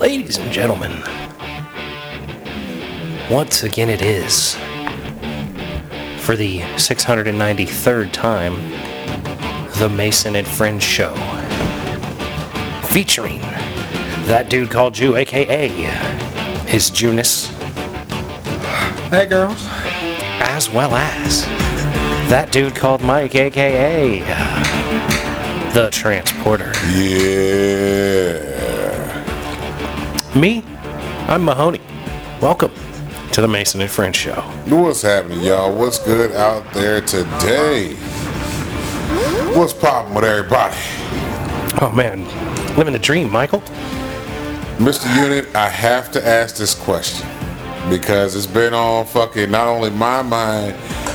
Ladies and gentlemen, once again it is for the 693rd time the Mason and Friends show featuring that dude called Jew, aka his Junus, Hey, girls. as well as that dude called Mike, aka uh, the Transporter. Yeah. Me, I'm Mahoney. Welcome to the Mason and Friends show. What's happening, y'all? What's good out there today? What's poppin' with everybody? Oh man, living the dream, Michael. Mr. Unit, I have to ask this question because it's been on fucking not only my mind,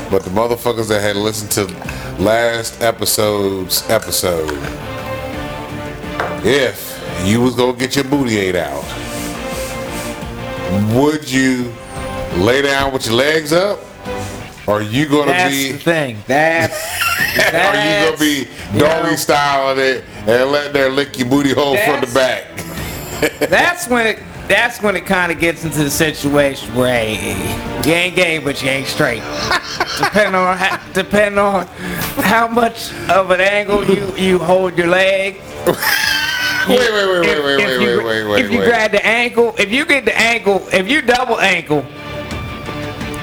but the motherfuckers that had listened to last episode's episode. If you was gonna get your booty ate out, would you lay down with your legs up? Or are you gonna That's be the thing. That's Or you gonna be doggy know- style on it and let that lick your booty hole from the back? That's- that's when it that's when it kind of gets into the situation where hey, you ain't gay but you ain't straight. depending on how, depending on how much of an angle you you hold your leg. Wait, wait, wait, wait, If- wait, if wait, you- wait, wait, wait, If you wait. grab the ankle, if you get the ankle, if you double ankle,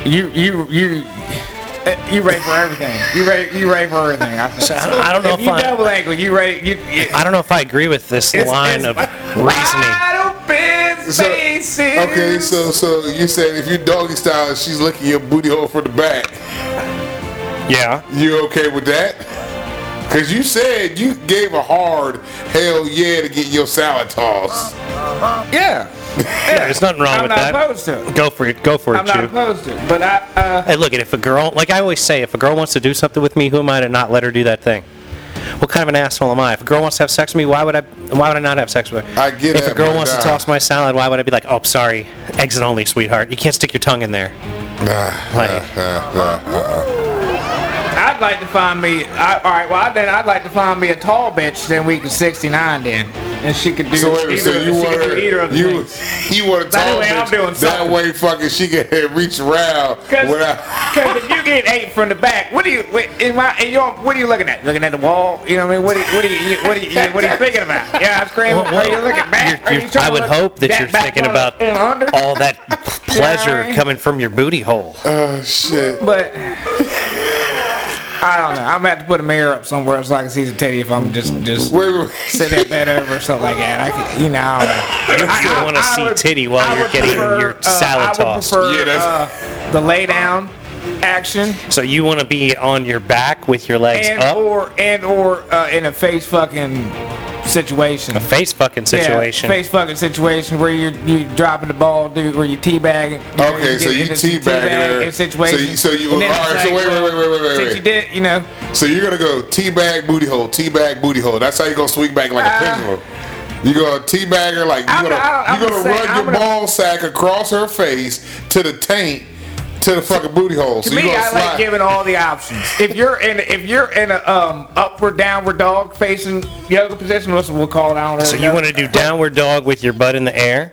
you you you. uh, You ready for everything? You ready? You ready for everything? I, think. I don't- I don't know If if you I- double ankle, you ready? You, you, I don't know if I agree with this It's- line it's of wide reasoning. open So- spaces. okay, so so you said if you doggy style, she's licking your booty hole from the back. Yeah. You okay with that? Cause you said you gave a hard hell yeah to get your salad tossed. yeah, yeah, there's nothing wrong I'm with not that. opposed to it. Go for it. Go for I'm it, not you. opposed to it, but I, uh, Hey, look at if a girl, like I always say, if a girl wants to do something with me, who am I to not let her do that thing? What kind of an asshole am I? If a girl wants to have sex with me, why would I? Why would I not have sex with her? I get If a that, girl but uh, wants to nah. toss my salad, why would I be like, "Oh, sorry, exit only, sweetheart. You can't stick your tongue in there." Ah, Like, I'd like to find me. I, all right, well then I'd like to find me a tall bitch. Then we could 69 then, and she could do So wait, a minute, either, so you she want could do either her, of the you things. you want to By the tall way, I'm doing bitch that something. way? Fucking, she can reach around without. Because if you get eight from the back, what do you? What, am I, and you're, what are you looking at? Looking at the wall? You know what I mean? What are you? What are you? What are you, what are you thinking about? Yeah, I'm screaming. Well, well, are you looking back? you're- Are you you're- trying I to would look hope that back- you're back thinking on about and under? all that pleasure Sorry. coming from your booty hole. Oh shit. But I don't know. I'm gonna have to put a mirror up somewhere so I can see the teddy if I'm just just Wait, wait, wait. sit that bed over or something like that. I can, you know. I don't know. You still want to see would- titty while I you're would getting prefer, your uh, salad I would tossed. prefer Yeah, uh, the lay down action So you want to be on your back with your legs and oh, up, or and or uh, in a face fucking situation. face fucking situation. Yeah, face fucking situation where you're you dropping the ball, dude, where you teabagging. You know, Okay, so get you in this teabag teabagging her. in situation. So you- so you- And then alright, it's so wait, wait, wait, wait, wait, wait, Since wait. you did, you know, So you're gonna go teabag booty hole, teabag booty hole. That's how you gonna swing back like a Uh, pendulum. You gonna teabag her like you're I'm gonna, not- I'm you gonna just saying, run I'm your gonna- ball sack across her face to the taint to the fucking booty hole. to so you me, gonna I slide. like giving all the options. If you're in, if you're in a um upward downward dog facing yoga position, what's we'll call it. I don't know. So you want to do downward dog with your butt in the air?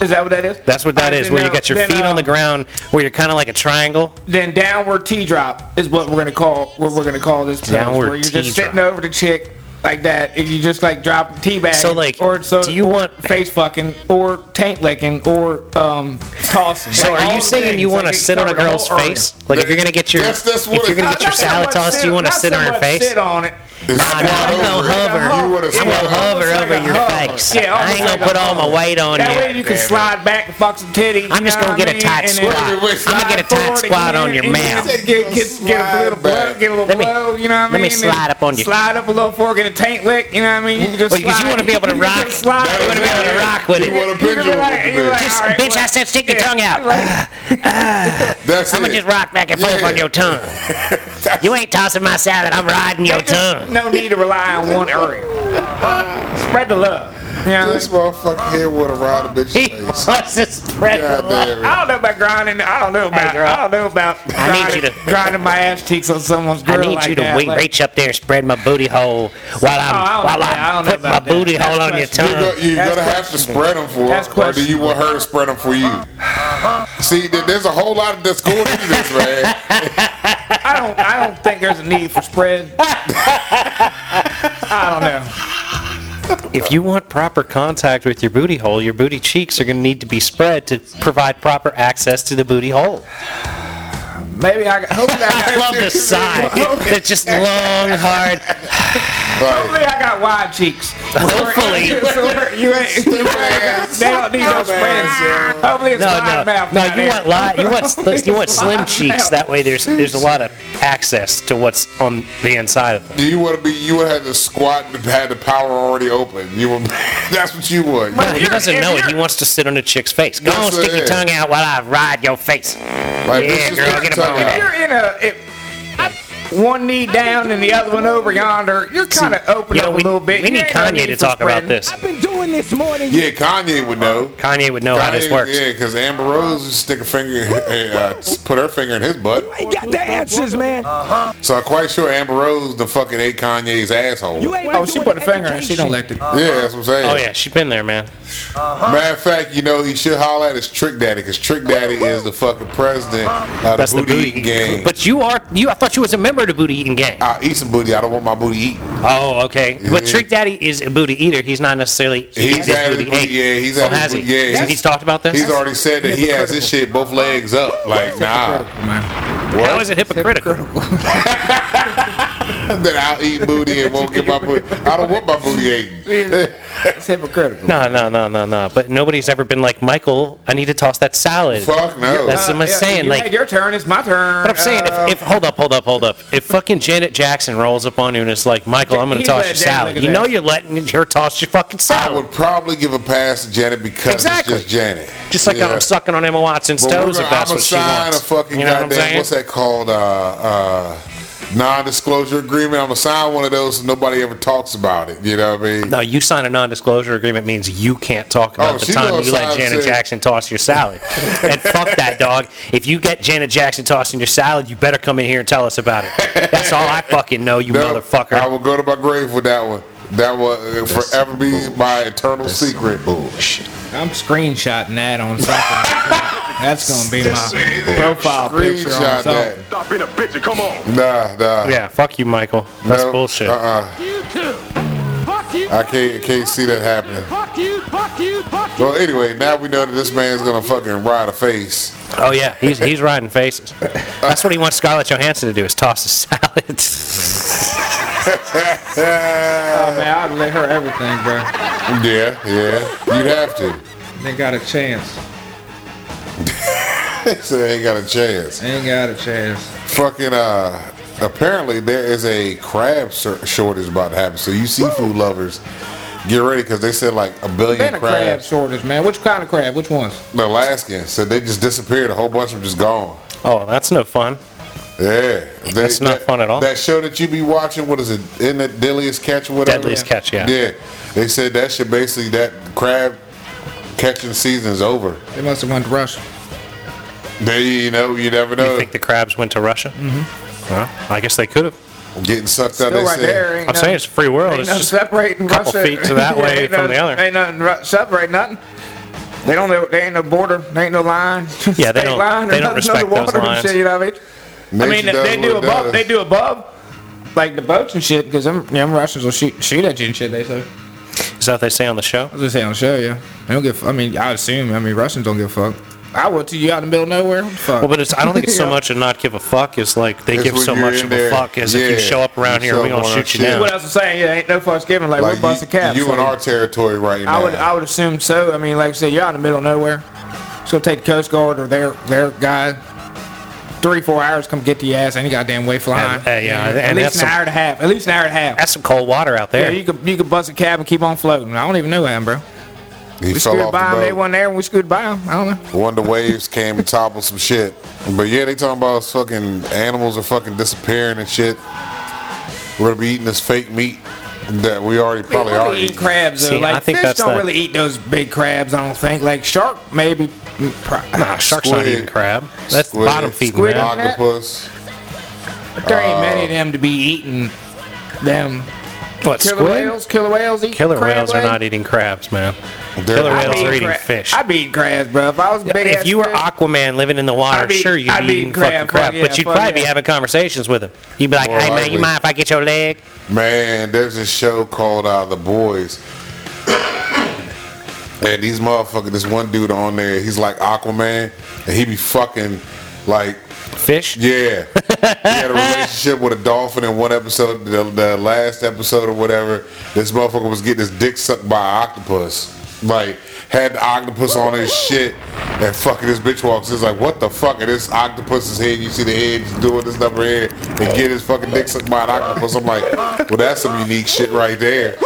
Is that what that is? That's what that Alright, is, then, where you uh, got your then, feet uh, on the ground, where you're kind of like a triangle. Then downward T drop is what we're gonna call what we're gonna call this. pose, Downward where you're T just sitting drop. over the chick like that, and you just like drop T bag. So, like, or so do you want- face fucking or taint licking or um tossing? So Like, are all you the saying things, you like, want to it sit on a covered the girl's whole area. face? Like if you're gonna get your That's- that's if what you're gonna get it's- your Not so salad much tossed, you want to not sit so on her much face? Sit on it. It's Nah, I'm squat gonna over it. hover. You wanna I'm squat gonna over. hover Almost over like a your hug. face. Yeah, I ain't almost gonna like put a all my hug. weight on That way you. you can Damn it. slide back and fuck some titty. I'm just you know gonna what get a I mean? tight And then- squat. Wait, wait, I'm gonna wait, slide get a tight forward squat and on your then- and mouth. then Get, get, get a little Slide back. blow, get a little Let me- blow, you know what I mean? let me And slide up on you. Slide up a little forward, get a tank lick, you know what I mean? You can just Well, 'cause you slide- wanna be able to you can rock- slide- you wanna be able to rock with You it. want a You're pendulum? like- with you're the like, bitch. all right, Bitch, I well, said stick your yeah, tongue out. like- That's I'ma it. just rock back and forth Yeah. on your tongue. You ain't tossing my salad. I'm riding your There's tongue. No need to rely on one area. Spread the love. Yeah. This motherfucker here would have robbed a bitch's He face. wants to spread the God love. damn it. I don't know about grinding. I don't know about. girl. I don't know about I need grinding, you to- grinding my ass cheeks on someone's girl I need like you to that. wing, like- Oh, reach up there and spread my booty hole while I'm I don't while know- I I, don't know put my about that. booty hole That's on your questionable. You go, tongue. you're That's gonna have to spread them for That's her, or do you want her to spread them for you? See, th- there's a whole lot of that's going into this, man. I don't. I don't think there's a need for spread. I don't know. If you want proper contact with your booty hole, your booty cheeks are going to need to be spread to provide proper access to the booty hole. Maybe I. got- Hopefully I I got. love the sigh. It's just long, hard. Like, Hopefully I got wide cheeks. Hopefully. you ain't. You ain't they don't need no spread. Hopefully it's No, no, wide mouth. no. out You there. want li- you want you want slim Wide cheeks. mouth. That way, there's there's a lot of access to what's on the inside of them. do you want to be? You would have to squat and had the power already open. You would, that's what you want. No, he doesn't know it. He wants to sit on a chick's face. Go That's on, stick what it your is. tongue out while I ride your face. Like, this yeah, is girl, what get I'm up on talking that. about. You're in a. If, one knee down and the other one over yonder. You're kind of open You up know, a we, little bit. we You need ain't no Kanye need to for talk about spreading. this. I've been doing this more than you. Yeah, Kanye would know. Kanye would know Oh, how this Kanye- works. Yeah, because Amber Rose would stick a finger, uh, put her finger in his butt. ain't got the answers, man. So I'm quite sure Amber Rose the fucking ate Kanye's asshole. You Yeah, ain't Oh, been she doing put a the finger in. She don't education. let the. that's what I'm saying. Oh yeah, she's been there, man. Matter of fact, you know, he should holler at his Trick Daddy because Trick Daddy is the fucking president of That's the the booty eating Uh-huh. gang. But you are you. I thought you was a member of the booty eating gang. I'll eat some booty. I don't want my booty eaten. Oh, okay. But Trick Daddy is a booty eater. He's not necessarily. He's a had his booty- eater. yeah, he's Oh, had his has booty- he? yeah, So he's- he's talked about this. He's already said that he has his shit both legs up. Like, nah. How What? is it hypocritical? That I'll eat booty and won't get my booty. I don't want my booty eaten. It's hypocritical. No, no, no, no, no. But nobody's ever been like Michael. I need to toss that salad. Fuck no. That's what I'm saying. Uh, you Like, had your turn. It's my turn. Uh, But I'm saying, if, Um, if hold up, hold up, hold up. If fucking Janet Jackson rolls up on you and it's like, Michael, I'm gonna He's toss letting your Janet salad. look at You know that. you're letting her toss your fucking I salad. would probably give a pass to Janet because Exactly. it's just Janet. Just like Yeah. I'm sucking on Emma Watson's But toes we're if gonna- that's I'ma what she sign wants. A fucking you know what I'm goddamn- saying? What's that called? Uh, uh, non-disclosure agreement. I'm gonna sign one of those, so nobody ever talks about it. You know what I mean? No, you sign a non-disclosure agreement means you can't talk about Oh, the she time goes you let sign Janet too. Jackson toss your salad. and fuck that dog. If you get Janet Jackson tossing your salad, you better come in here and tell us about it. That's all I fucking know, you No, motherfucker. I will go to my grave with that one. That will uh, forever be my eternal secret. I'm screenshotting that on something. That's gonna be my profile picture on Screenshot that. something. Stop being a bitch and come on. Nah, nah. yeah, fuck you, Michael. That's Nope. bullshit. Uh-uh. You too. Fuck you. I can't can't see that happening. Fuck you. Fuck you. Fuck you. Well, anyway, now we know that this man's gonna fucking ride a face. Oh yeah, he's he's riding faces. That's what he wants Scarlett Johansson to do is toss his salad. Oh, man, I'd let her everything, bro. Yeah, yeah. You'd have to. They got a chance. so they ain't got a chance. They ain't got a chance. fucking uh apparently there is a crab sur- shortage about to happen so you seafood lovers get ready because they said like a billion Been a crab crabs shortage, man. Which kind of crab? Which ones? the alaskan so they just disappeared a whole bunch of them just gone oh, that's no fun. yeah They- That's not that- fun at all. that show that you be watching what is it in the deadliest catch or whatever Deadliest catch, yeah. yeah they said that shit basically that crab catching season is over They must have went to Russia. they you know you never You know think the crabs went to Russia? Mm-hmm. Well, I guess they could have. getting sucked out Still they right said there. Ain't I'm saying it's a free world. ain't It's nothing just separating a couple Russia. feet to that Yeah, way ain't from nothing- the other. Ain't nothing ru- separate nothing. They don't. know- They ain't no border. There ain't no line. Yeah, they State don't- Line, or they don't nothing, no respect those water and lines. Shit, you know what I mean? I Nature mean, does they what do it above. does. They do above, like the boats and shit, because them, them Russians will shoot, shoot at you and shit. They say. is that what they say on the show? I was just saying on the show, yeah. They don't give. I mean, I assume. I mean, Russians don't give a fuck. I would to you out in the middle of nowhere. What the fuck? Well, but it's I don't think it's so Yeah. much of not give a fuck. It's like they It's give when so you're much in of a there. fuck as if you Yeah. show up around You here, show we up gonna on our shoot you shit. down. what else I'm saying? Yeah, ain't no fucks given. Like, like we're busting you, caps. you in so- our territory right now I would. I would assume so. I mean, like I said, you're out in the middle of nowhere. It's gonna take the Coast Guard or their their guy. Three four hours, come get the ass any goddamn way flying. And- uh, yeah, and at least that's an some- hour and a half. At least an hour and a half. That's some cold water out Yeah, there. you could you could bust a cab and keep on floating. I don't even know him, bro. he We fell screwed off by him. the They boat. wasn't there, and we screwed by him. I don't know. One of the waves came and toppled some shit. But yeah, they talking about us fucking animals are fucking disappearing and shit. We're gonna be eating this fake meat. that we already probably People already eat crabs. though. See, like I think fish that's don't the- really eat those big crabs. I don't think. Like shark, maybe. mm, pro- Nah, shark's not Squid. eating crab. That's squid, bottom feeding, squid. man. octopus. There ain't uh, many of them to be eating them. What, Killer squid? whales? Killer whales eat Killer crab whales are leg? not eating crabs, man. They're- Killer I'd whales be are eating eating cra- fish. I'd be eating crabs, bro. If I was a big If ass you were fish- Aquaman living in the water, I'd be- sure you'd I'd be be eating crab, fucking fuck crab, yeah, but you'd fuck probably be yeah. having conversations with him. You'd be like, More "Hey man, likely. you mind if I get your leg?" Man, there's a show called uh, The Boys. And these motherfuckers, this one dude on there, he's like Aquaman, and he be fucking like Fish. Yeah. he had a relationship with a dolphin in one episode, the, the last episode or whatever. This motherfucker was getting his dick sucked by an octopus. Like, had the octopus on his shit, and fucking this bitch walks. It's like, what the fuck? And this octopus is here. You see the head he's doing this number here, and get his fucking dick sucked by an octopus. I'm like, well, that's some unique shit right there.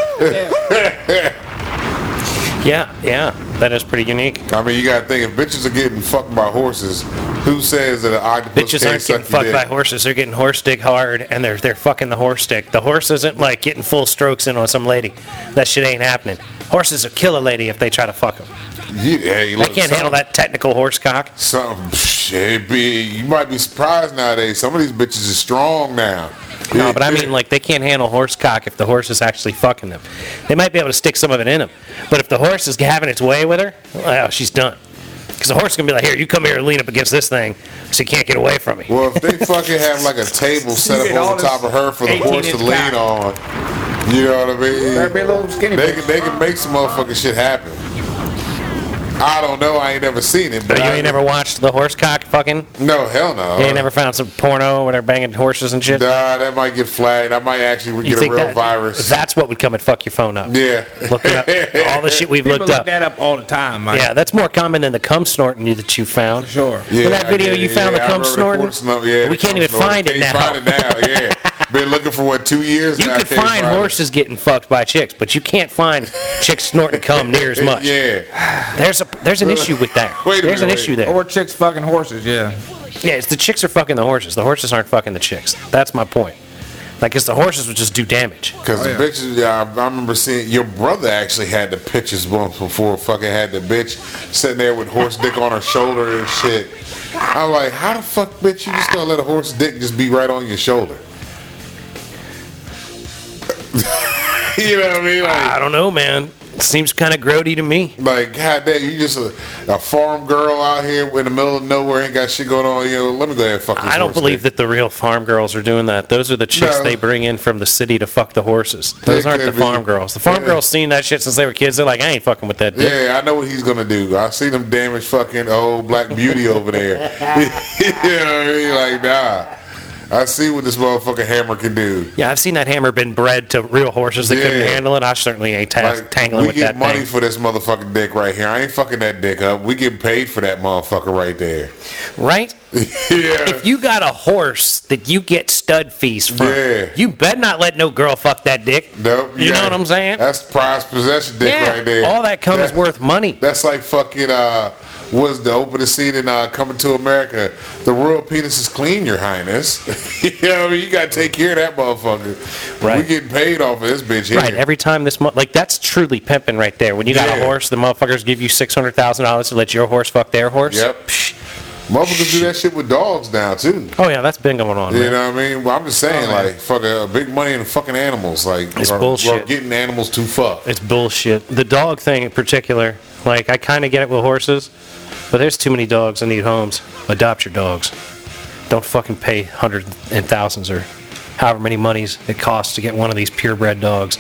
Yeah, yeah, that is pretty unique. I mean, you gotta think if bitches are getting fucked by horses, who says that an octopus Bitches can't aren't suck getting your fucked by dick? horses. They're getting horse dick hard, and they're they're fucking the horse dick. The horse isn't like getting full strokes in on some lady. That shit ain't happening. Horses will kill a lady if they try to fuck them. You- hey, They look, can't handle some- that technical horse cock. Some shit be you might be surprised nowadays. Some of these bitches is strong now. No, but I mean, like, they can't handle horse cock if the horse is actually fucking them. They might be able to stick some of it in them. But if the horse is having its way with her, well, oh, she's done. Because the horse is going to be like, here, you come here and lean up against this thing so you can't get away from me. Well, if they fucking have like a table set get up all over this top of her for the horse to 18 -inch lean on, you know what I There'd be a mean? little skinny. They can they can make some motherfucking shit happen. I don't know. I ain't never seen it. But But you I, ain't never watched the horse cock fucking? No, hell no. You ain't never found some porno where they're banging horses and shit? Nah, Uh-huh. that might get flagged. I might actually You get a real that- virus. That's what would come and fuck your phone up. yeah. Look it up. All the shit we've People looked look up. that up all the time, man. Yeah, that's more common than the cum snorting you- that you found. Sure. Yeah, In that I video get it. you found Yeah, the I cum remember snorting? pork snort- yeah, we the can't cum even snorting. find it Can't now. find it now. Yeah, been looking for what two years. You now, can can't find find it. horses getting fucked by chicks, but you can't find chicks snorting cum near as much. Yeah, There's a there's an issue with that. Wait a there's an minute, issue wait. there. Or chicks fucking horses, yeah. yeah, it's the chicks are fucking the horses. The horses aren't fucking the chicks. That's my point. Like, it's the horses would just do damage. because Oh, yeah. the bitches. yeah, I, I remember seeing your brother actually had the pictures once before. Fucking had the bitch sitting there with horse dick on her shoulder and shit. I'm like, how the fuck, bitch? You just gonna let a horse dick just be right on your shoulder? you know what I mean? Like, I don't know, man. seems kind of grody to me. Like, goddamn, you just a, a farm girl out here in the middle of nowhere, ain't got shit going on. You know, let me go ahead and fuck this I don't horse believe that dick. the real farm girls are doing that. Those are the chicks No. they bring in from the city to fuck the horses. Those They aren't the could be. farm girls. The farm Yeah. girls seen that shit since they were kids. They're like, I ain't fucking with that dick. Yeah, I know what he's gonna do. I see them damaged fucking old black beauty over there. you know what I mean? Like, nah. I see what this motherfucking hammer can do. Yeah, I've seen that hammer been bred to real horses that couldn't Yeah. handle it. I certainly ain't tas- Like, tangling we with get that money thing. for this motherfucking dick right here. I ain't fucking that dick up. We get paid for that motherfucker right there. right? yeah. If you got a horse that you get stud fees from, Yeah. you better not let no girl fuck that dick. Nope. You know got- what I'm saying? That's prized possession dick yeah. right there. All that comes That- worth money. That's like fucking uh was the opening scene in uh, Coming to America. The royal penis is clean, your highness. you know what I mean? You gotta take care of that motherfucker. Right. We getting paid off of this bitch here. Right, every time this month, like that's truly pimping right there. When you got a Yeah. horse, the motherfuckers give you six hundred thousand dollars to let your horse fuck their horse. Yep. Motherfuckers do that shit with dogs now too. Oh yeah, that's been going on. You man. know what I mean? Well, I'm just saying, Oh, man. like, fucking uh, big money in fucking animals, like, It's or- bullshit. or getting animals to fuck. It's bullshit. The dog thing in particular, like I kind of get it with horses, but there's too many dogs that need homes. Adopt your dogs. Don't fucking pay hundreds and thousands or however many monies it costs to get one of these purebred dogs.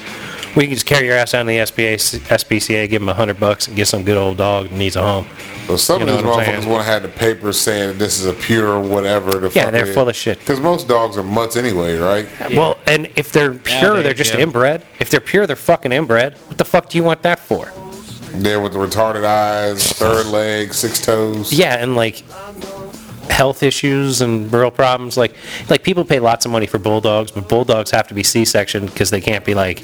We can just carry your ass down to the SBA, SPCA, give them a hundred bucks, and get some good old dog that needs a home. But some You of know these what I'm saying? motherfuckers want to have the paper saying that this is a pure whatever. The Yeah, they're full of shit. Because most dogs are mutts anyway, right? Well, and if they're pure, they- they're just yeah. inbred. If they're pure, they're fucking inbred. What the fuck do you want that for? There with the retarded eyes, third leg, six toes. Yeah, and like health issues and real problems. Like, like people pay lots of money for bulldogs, but bulldogs have to be C-section because they can't be like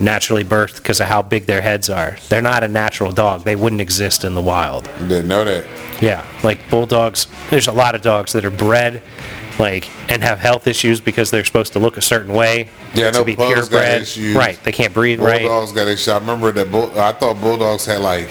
naturally birthed because of how big their heads are. They're not a natural dog. They wouldn't exist in the wild. Didn't know that. Yeah, like bulldogs. There's a lot of dogs that are bred like and have health issues because they're supposed to look a certain way Yeah, I to know be pugs got purebred. issues. Right, they can't breathe right. Bulldogs got their shot. I remember that. Bull, I thought Bulldogs had like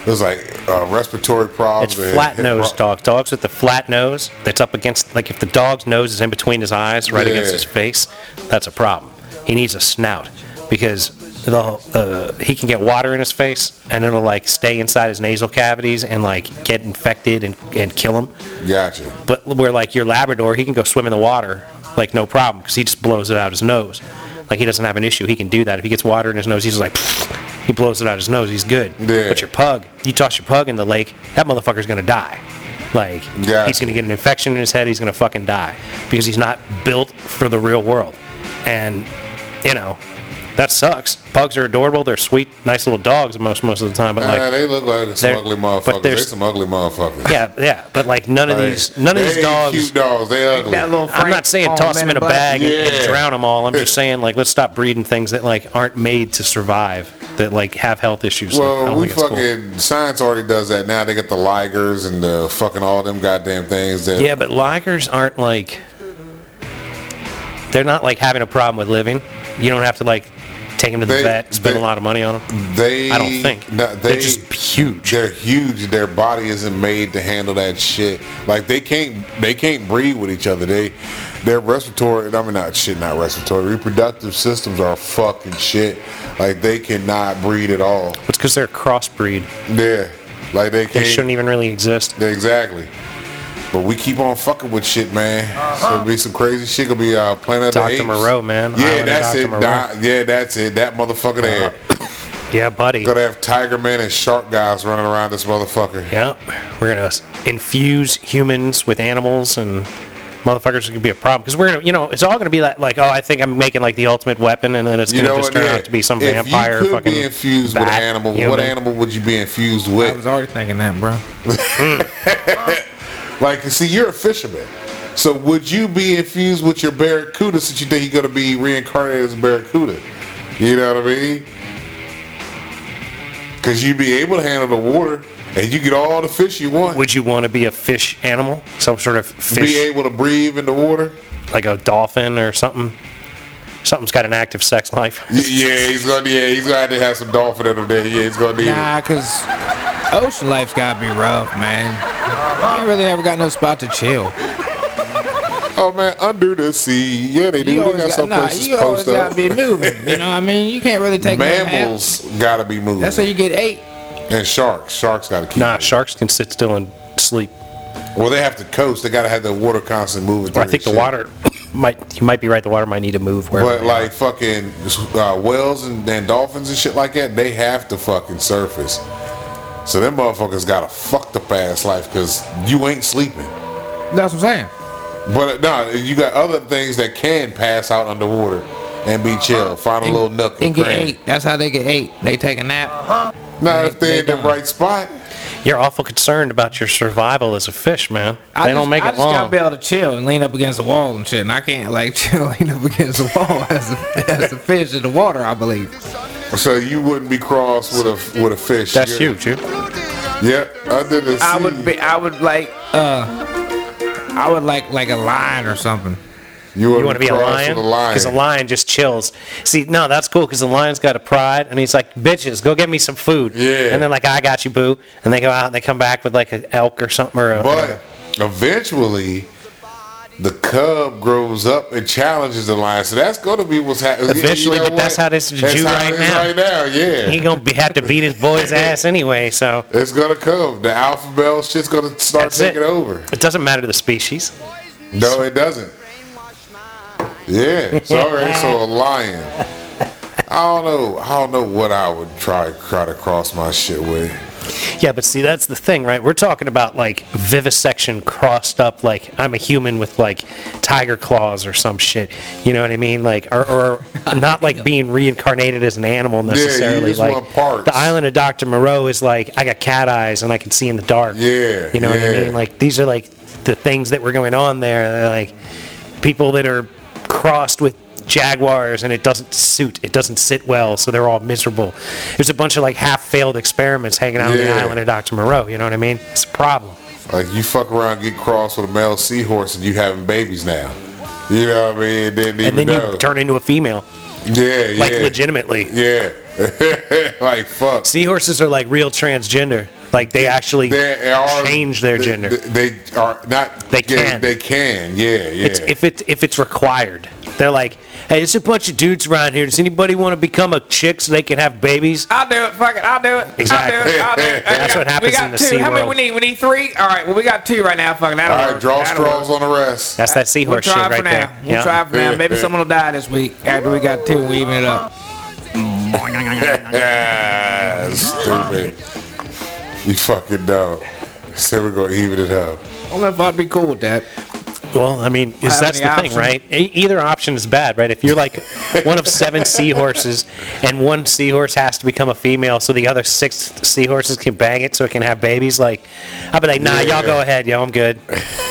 it was like uh, respiratory problems. It's or hip- flat hip- nosed dogs. Dogs with the flat nose that's up against like if the dog's nose is in between his eyes, right against Yeah. his face, that's a problem. He needs a snout because the uh, he can get water in his face and it'll like stay inside his nasal cavities and like get infected and, and kill him. Gotcha. But where like your Labrador, he can go swim in the water like no problem because he just blows it out his nose. Like he doesn't have an issue. He can do that. If he gets water in his nose, he's just like he blows it out his nose. He's good. Yeah. But your pug, you toss your pug in the lake, that motherfucker's gonna die. Like Yeah. he's gonna get an infection in his head. He's gonna fucking die because he's not built for the real world. And you know that sucks. Pugs are adorable. They're sweet, nice little dogs most most of the time. But like Nah, they look like some they're- ugly but motherfuckers. They there's- some ugly motherfuckers. yeah, yeah. But like none of Like, these none of they these ain't dogs. Cute dogs. They ugly. That little I'm Frank not saying on toss Men them in a Black. bag and- Yeah. and drown them all. I'm just saying, like, let's stop breeding things that like aren't made to survive, that like have health issues. I Well, don't we think it's cool. fucking science already does that now. They got the ligers and the fucking all them goddamn things that Yeah, but ligers aren't like they're not like having a problem with living. You don't have to like take them to the They- vet, spend they- a lot of money on them. they. I don't think. No, they, They're just huge. They're huge. Their body isn't made to handle that shit. Like they can't. They can't breathe with each other. They, their respiratory. I mean, not shit. Not respiratory. Reproductive systems are fucking shit. Like they cannot breathe at all. It's because they're crossbreed. Yeah. Like They they can't. shouldn't even really exist. Yeah, exactly. But we keep on fucking with shit, man. So it'll be some crazy shit. Gonna be uh, Planet of the Dr. Apes. Moreau, man. Yeah, Island of that's Dr. it. Moreau. Uh-huh. Don- yeah, that's it. That motherfucker there. Yeah, buddy. Gonna have Tiger Man and Shark guys running around this motherfucker. Yeah, we're gonna s- infuse humans with animals and motherfuckers are gonna be a problem because we're gonna, you know, it's all gonna be like, like, oh, I think I'm making like the ultimate weapon, and then it's You gonna know just what? turn yeah. out to be some if vampire you could fucking be infused with bat an animal, what human. animal would you be infused I was with? already thinking that, bro. Like, see, you're a fisherman. So would you be infused with your barracuda since you think you're gonna be reincarnated as a barracuda? You know what I mean? Cause you'd be able to handle the water and you get all the fish you want. Would you want to be a fish animal, some sort of be fish, able to breathe in the water? like a dolphin or something? Something's got an active sex life. Y- Yeah, he's gonna yeah, he's gonna have to have some dolphin in him there. Yeah, he's gonna need it. Nah, cause ocean life's gotta be rough, man. You ain't really ever got no spot to chill. Oh man, under the sea. Yeah, they do. You They always got got, some nah, places you always post gotta up. be moving. You know what I mean? You can't really take no nap. Mammals gotta be moving. That's how you get eight. and sharks. Sharks gotta keep. Nah, it. sharks can sit still and sleep. Well, they have to coast. They gotta have the water constantly moving. Or I through think the shit. water might. You might be right. The water might need to move. Wherever. But like fucking uh, whales and, and dolphins and shit like that, they have to fucking surface. So them motherfuckers gotta fuck the past life because you ain't sleeping. That's what I'm saying. But no, you got other things that can pass out underwater and be chill. Find a little nook And and get cranny. eight. That's how they get eight. They take a nap. Now if They- they in they the don't. right spot, You're awful concerned about your survival as a fish, man. They don't make I it just long. gotta be able to chill and lean up against the wall and shit. And I can't like chill lean up against the wall as a, as a fish in the water. I believe. so you wouldn't be crossed with a with a fish. That's You're- huge, dude. Yep, under the sea. I would be. I would like. Uh, I would like like a lion or something. You, You want to be a crossed lion? with a lion. Because a lion just chills. See, no, that's cool because the lion's got a pride and he's like, bitches, go get me some food. Yeah. And then, like, I got you, boo. And they go out and they come back with, like, an elk or something. Or a, But eventually, the cub grows up and challenges the lion. So that's going to be what's happening. Eventually, but that's how this is Jew right now. Right now, yeah. he going to have to beat his boy's ass anyway. So it's going to come. The alpha male shit's going to start that's it. taking over. It doesn't matter the species. No, it doesn't. Yeah. Sorry. so a lion. I don't know. I don't know what I would try try to cross my shit with. Yeah, but see, that's the thing, right? We're talking about, like, vivisection crossed up, like, I'm a human with, like, tiger claws or some shit. You know what I mean? Like, or, or not, like, being reincarnated as an animal you necessarily. just like, want parts. the island of Dr. Moreau is like, I got cat eyes and I can see in the dark. Yeah, You know what yeah. I mean? Like, these are, like, the things that were going on there. They're, like, people that are crossed with jaguars and it doesn't suit it doesn't sit well so they're all miserable there's a bunch of like half failed experiments hanging out on the Yeah. island of dr moreau you know what i mean it's a problem Like you fuck around, get cross with a male seahorse, and you having babies now. You know what I mean? Didn't even and then know. you turn into a female, yeah, yeah, like legitimately. yeah. like fuck. Seahorses are like real transgender. Like they actually They are change their they- gender. They, they are not. They yeah, can. They can. Yeah, yeah. It's, if it's if it's required, they're like, hey, there's a bunch of dudes around here. Does anybody want to become a chick so they can have babies? I'll do it. Fuck it. I'll do it. I'll do Exactly. it. I'll do it. I That's got- what happens we got in the two. sea How many world. we need? We need three. All right. Well, we got two right now. Fuck. That'll All right, work. draw That'll work. straws on the rest. That's that seahorse we'll try shit right for now. there. We'll Yeah. try for now. Maybe someone will die this week after we got two. We even it up. Ah, Stupid. You fucking dumb. Said we're gonna even it up. I don't know if I'd be cool with that. Well, I mean, is have that's the any thing, right? E- either option is bad, right? If you're like one of seven seahorses, and one seahorse has to become a female, so the other six seahorses can bang it, so it can have babies. Like, I'd be like, nah, Yeah. y'all go ahead, yo, I'm good,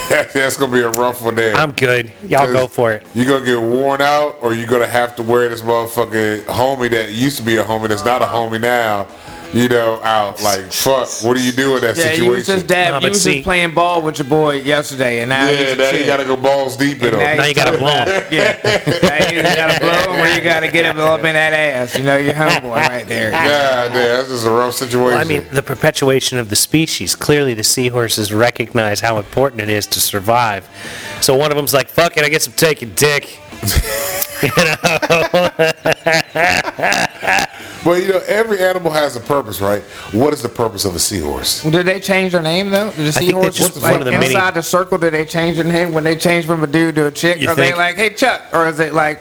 That's gonna be a rough one there. I'm good, y'all go for it. You gonna get worn out, or you gonna have to wear this motherfucking homie that used to be a homie that's not a homie now. You know, out like fuck. What do you do in that Yeah, you was situation? just dab. Nah, you but was see- just playing ball with your boy yesterday, and now he's yeah, a now you chick. gotta go balls deep in Now them. Now you gotta blow 'em. Yeah, now you gotta blow him, or you gotta get him up in that ass. You know, your homeboy right there. Yeah, damn, that's just a rough situation. Well, I mean, the perpetuation of the species. Clearly, the seahorses recognize how important it is to survive. So one of them's like, "Fuck it, I guess I'm taking dick." but you know, every animal has a purpose, right? What is the purpose of a seahorse? Did they change their name though? Did the think they seahorse just was like, one of the many- inside the circle? Did they change their name when they changed from a dude to a chick? You Are they think? like, hey Chuck, or is it like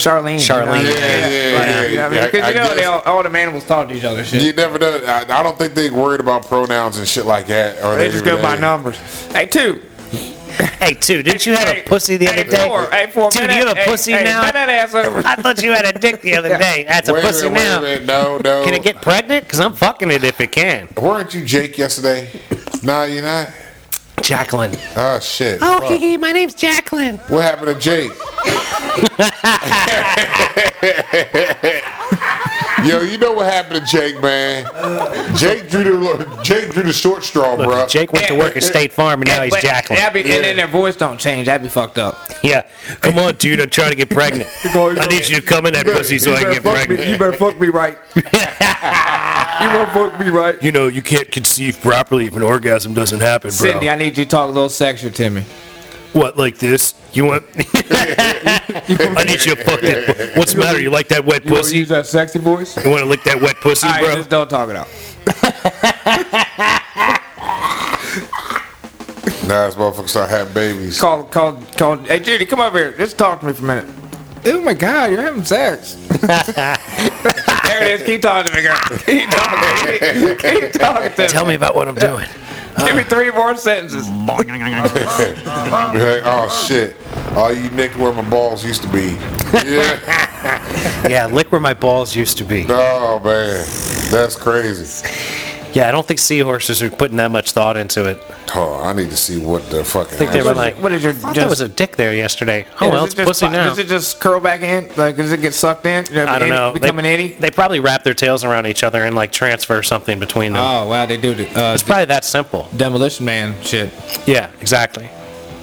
Charlene? Charlene. You know? Yeah, yeah, Like, yeah, you know what I yeah. mean? 'Cause I- you I know, they guess- all, all the mammals talk to each other. Shit. You never know. I, I don't think they worried about pronouns and shit like that. Or They just even- go by numbers. Hey, two. Hey, two, didn't you have Hey, a pussy the hey, other day? Four. Hey, four. Dude, Bend you that- have a hey, pussy hey, now? bend that ass over. I thought you had a dick the other day. That's a Wait pussy a minute, now. Wait a minute. No, no. Can Oh. it get pregnant? Because I'm fucking it if it can. Weren't you Jake yesterday? nah, you're not. Jacqueline. Oh shit. Fuck. my name's Jacqueline. What happened to Jake? Yo, you know what happened to Jake, man? Jake drew the Jake drew the short straw, bro. Jake went to work at State Farm and now he's But Jacqueline. that'd be- And then their voice don't change. That'd be fucked up. Yeah. Come on, dude. I'm trying to get pregnant. I need you to come in that pussy so I can get pregnant. better fuck me right. you won't fuck me right. You know, you can't conceive properly if an orgasm doesn't happen, bro. Sydney, I need you to talk a little sexual to me. What, like this? You want? I need you to fuck that. What's the matter? You like that wet You want to use that sexy voice? You want to lick that wet pussy, All right, just don't talk it out. Nah, this motherfucker start having babies. Call, call, call. Hey, Judy, come over here. Just talk to me for a minute. Oh my God, you're having sex. there it is. Keep talking to me, girl. Keep talking. Keep talking to me. Tell me about what I'm doing. Give me three more sentences. Be like, oh shit. Oh, you nick where my balls used to be. Yeah. Yeah, lick where my balls used to be. oh man, that's crazy. Yeah, I don't think seahorses are putting that much thought into it. Oh, I need to see what the fucking. I think they were actual- like, What is your- I thought there was a dick there yesterday. Oh Yeah, well, it's does it just pussy pop- now. Does it just curl back in? Like, does it get sucked in? You I don't any- know. Become an they, itty? they probably wrap their tails around each other and like transfer something between them. Oh wow, they do the uh, it's probably that simple. demolition man shit. Yeah, exactly.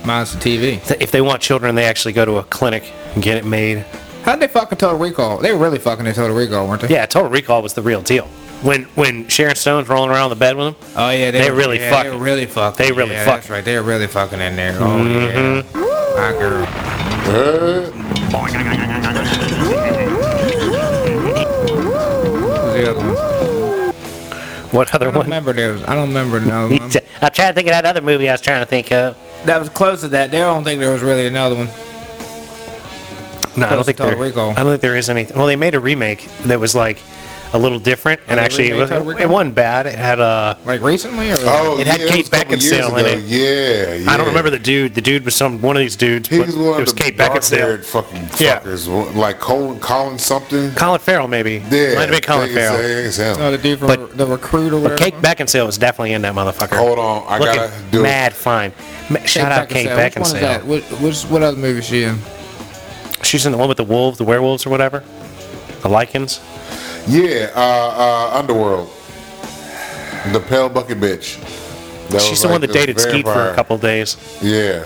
Mine's the TV. Th- If they want children, they actually go to a clinic and get it made. How'd they fucking Total Recall? They were really fucking in Total Recall, weren't they? Yeah, Total Recall was the real deal. When when Sharon Stone's rolling around on the bed with him, Oh yeah, They were- really yeah, fucking. They were really fucking. They really yeah, fucking. That's Mm-hmm. right. They were really fucking in there. Oh yeah. My girl. Huh? Who's the other one? I what other don't one? remember those. I don't remember no. He said- I'm trying to think of that other movie I was trying to think of. that was close to that. They don't think there was really another one. No, I don't think Total there. Recall. I don't think there is anything. Well, they made a remake that was like a little different, and Oh, they actually it, remade was, Total it Recall? wasn't bad. It had uh, Like recently or? Oh, It had yeah, was Kate a couple Beckinsale years in ago. it. Yeah, yeah. I don't remember the dude. The dude was some one of these dudes, He but was one it was of the Kate Beckinsale. dark-haired fucking Yeah. fuckers, yeah. like Colin, Colin something. Colin Farrell, maybe. Yeah, Might have been Colin I think it's- Farrell. I think it's him. Oh, the dude from But- the recruit or But whatever. Kate Beckinsale was definitely in that motherfucker. Hold on, I Looking gotta do it. mad fine. Ma- Shout out Kate Which one is that? Beckinsale. Which, which, what other movie is she in? She's in the one with the wolves, the werewolves, or whatever. The lichens. Yeah, uh, uh, Underworld, the pale bucket bitch. That She's was the like one that this dated Skeet for a vampire. couple days. Yeah.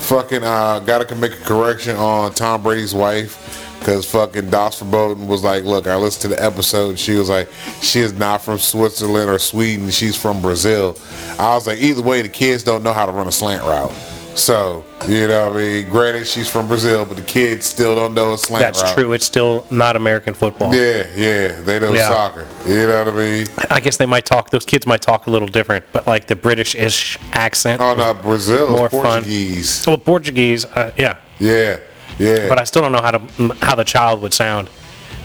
Fucking uh, gotta can make a correction on Tom Brady's wife because fucking Dos Verboten was like, look, I listened to the episode. And she was like, she is not from Switzerland or Sweden. She's from Brazil. I was like, either way, the kids don't know how to run a slant route. So you know, what I mean, granted, she's from Brazil, but the kids still don't know a slant That's route. true. It's still not American football. Yeah, yeah, they know Yeah. soccer. You know what I mean? I guess they might talk. Those kids might talk a little different, but like the British-ish accent. Oh no, Brazil More is fun. Portuguese. So with Portuguese, uh, yeah. Yeah, yeah. But I still don't know how to how the child would sound.